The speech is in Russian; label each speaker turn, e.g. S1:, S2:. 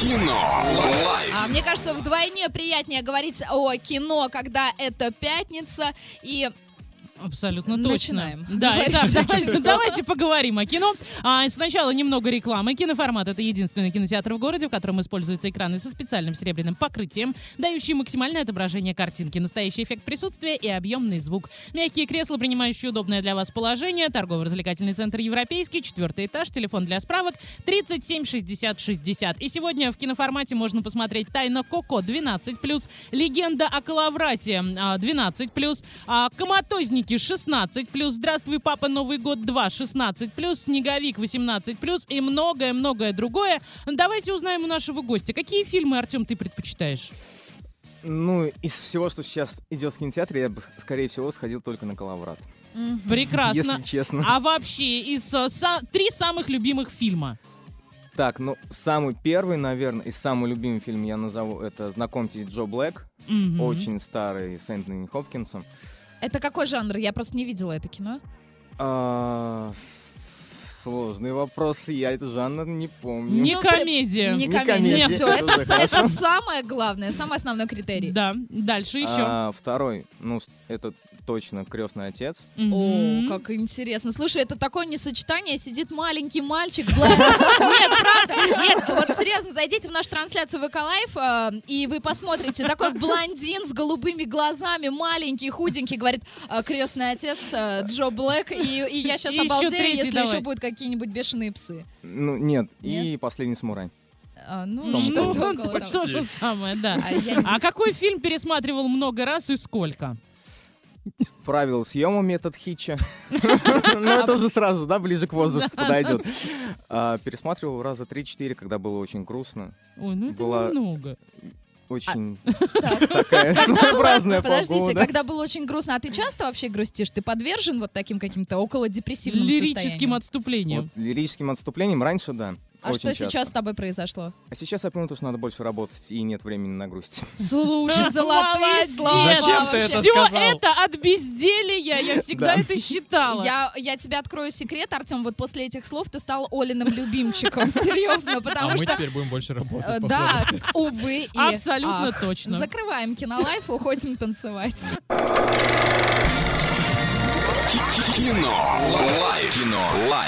S1: Кино. Лайф.
S2: А, мне кажется, вдвойне приятнее говорить о кино, когда это пятница. И
S3: Абсолютно
S2: Начинаем.
S3: точно. Да,
S2: Говорить
S3: итак,
S2: о
S3: давайте, давайте поговорим о кино. А, сначала немного рекламы. Киноформат — это единственный кинотеатр в городе, в котором используются экраны со специальным серебряным покрытием, дающие максимальное отображение картинки, настоящий эффект присутствия и объемный звук. Мягкие кресла, принимающие удобное для вас положение, торгово-развлекательный центр «Европейский», четвертый этаж, телефон для справок 37 60 60. И сегодня в киноформате можно посмотреть «Тайна Коко» 12+, «Легенда о Калаврате» а, 12+, а, «Коматозники» 16+, «Здравствуй, папа, Новый год 2» 16+, «Снеговик» 18+, и многое-многое другое. Давайте узнаем у нашего гостя, какие фильмы, Артем, ты предпочитаешь?
S4: Ну, из всего, что сейчас идет в кинотеатре, я бы, скорее всего, сходил только на Калаврат.
S3: Прекрасно.
S4: Если честно.
S3: А вообще, из э, са- три самых любимых фильма. А
S4: Так, ну, самый первый, наверное, и самый любимый фильм я назову, это «Знакомьтесь, Джо Блэк»,
S3: Мгм.
S4: очень старый, с Энтони Хопкинсом.
S2: это какой жанр? Я просто не видела это кино.
S4: А, Сложный вопрос, я этот жанр не помню.
S3: Не
S2: Ну, ты-
S3: комедия.
S2: Не
S4: Не
S2: комедия.
S4: комедия.
S2: Все,
S4: Нет,
S2: это,
S4: уже хорошо.
S2: это самое главное, самый основной критерий.
S3: Да, дальше еще.
S4: А, второй, ну, с- это точно «Крестный отец».
S2: О,
S3: Мгм.
S2: как интересно. Слушай, это такое несочетание. Сидит маленький мальчик. гладит- Нет, правда. Нет, вот серьезно, зайдите в нашу трансляцию ВК Лайф, э, и вы посмотрите. Такой блондин с голубыми глазами, маленький, худенький, говорит, «Э, крестный отец э, Джо Блэк, и, и я сейчас
S3: И ещё
S2: обалдею,
S3: третий
S2: если
S3: давай.
S2: еще будут какие-нибудь бешеные псы.
S4: Ну, нет, и «Последний самурай».
S2: А, ну,
S4: Том
S3: Ну,
S2: что-то
S3: то-
S2: около того.
S3: то же самое,
S2: А
S3: да.
S2: я-
S3: А какой фильм пересматривал много раз и сколько?
S4: правила съема метод Хитча. Ну, это уже сразу, да, ближе к возрасту подойдет. А, Пересматривал раза 3-4, когда было очень грустно.
S3: Ой, ну это
S4: Была-
S3: немного.
S4: Очень
S2: А, Так.
S4: такая
S2: Когда было-
S4: своеобразная
S2: Подождите,
S4: погода.
S2: когда было очень грустно, а ты часто вообще грустишь? Ты подвержен вот таким каким-то около депрессивным
S3: Лирическим отступлением.
S4: Вот лирическим отступлением раньше, да.
S2: А
S4: очень
S2: что
S4: часто.
S2: сейчас с тобой произошло?
S4: А сейчас я понял, то, что надо больше работать и нет времени на грусть.
S2: Слушай, золотые
S3: Молодец!
S2: слова
S5: Зачем ты
S2: вообще.
S5: это
S3: Все
S5: сказал.
S3: это от безделия, я всегда
S4: Да.
S3: это считала.
S2: Я, я тебе открою секрет, Артем, вот после этих слов ты стал Олиным любимчиком, серьезно,
S5: А
S2: потому
S5: мы
S2: что...
S5: теперь будем больше
S2: э,
S5: работать.
S2: Да, увы и
S3: Абсолютно
S2: ах.
S3: точно.
S2: Закрываем кинолайф, уходим танцевать.
S1: Кино. Лайф. Кино. Лайф.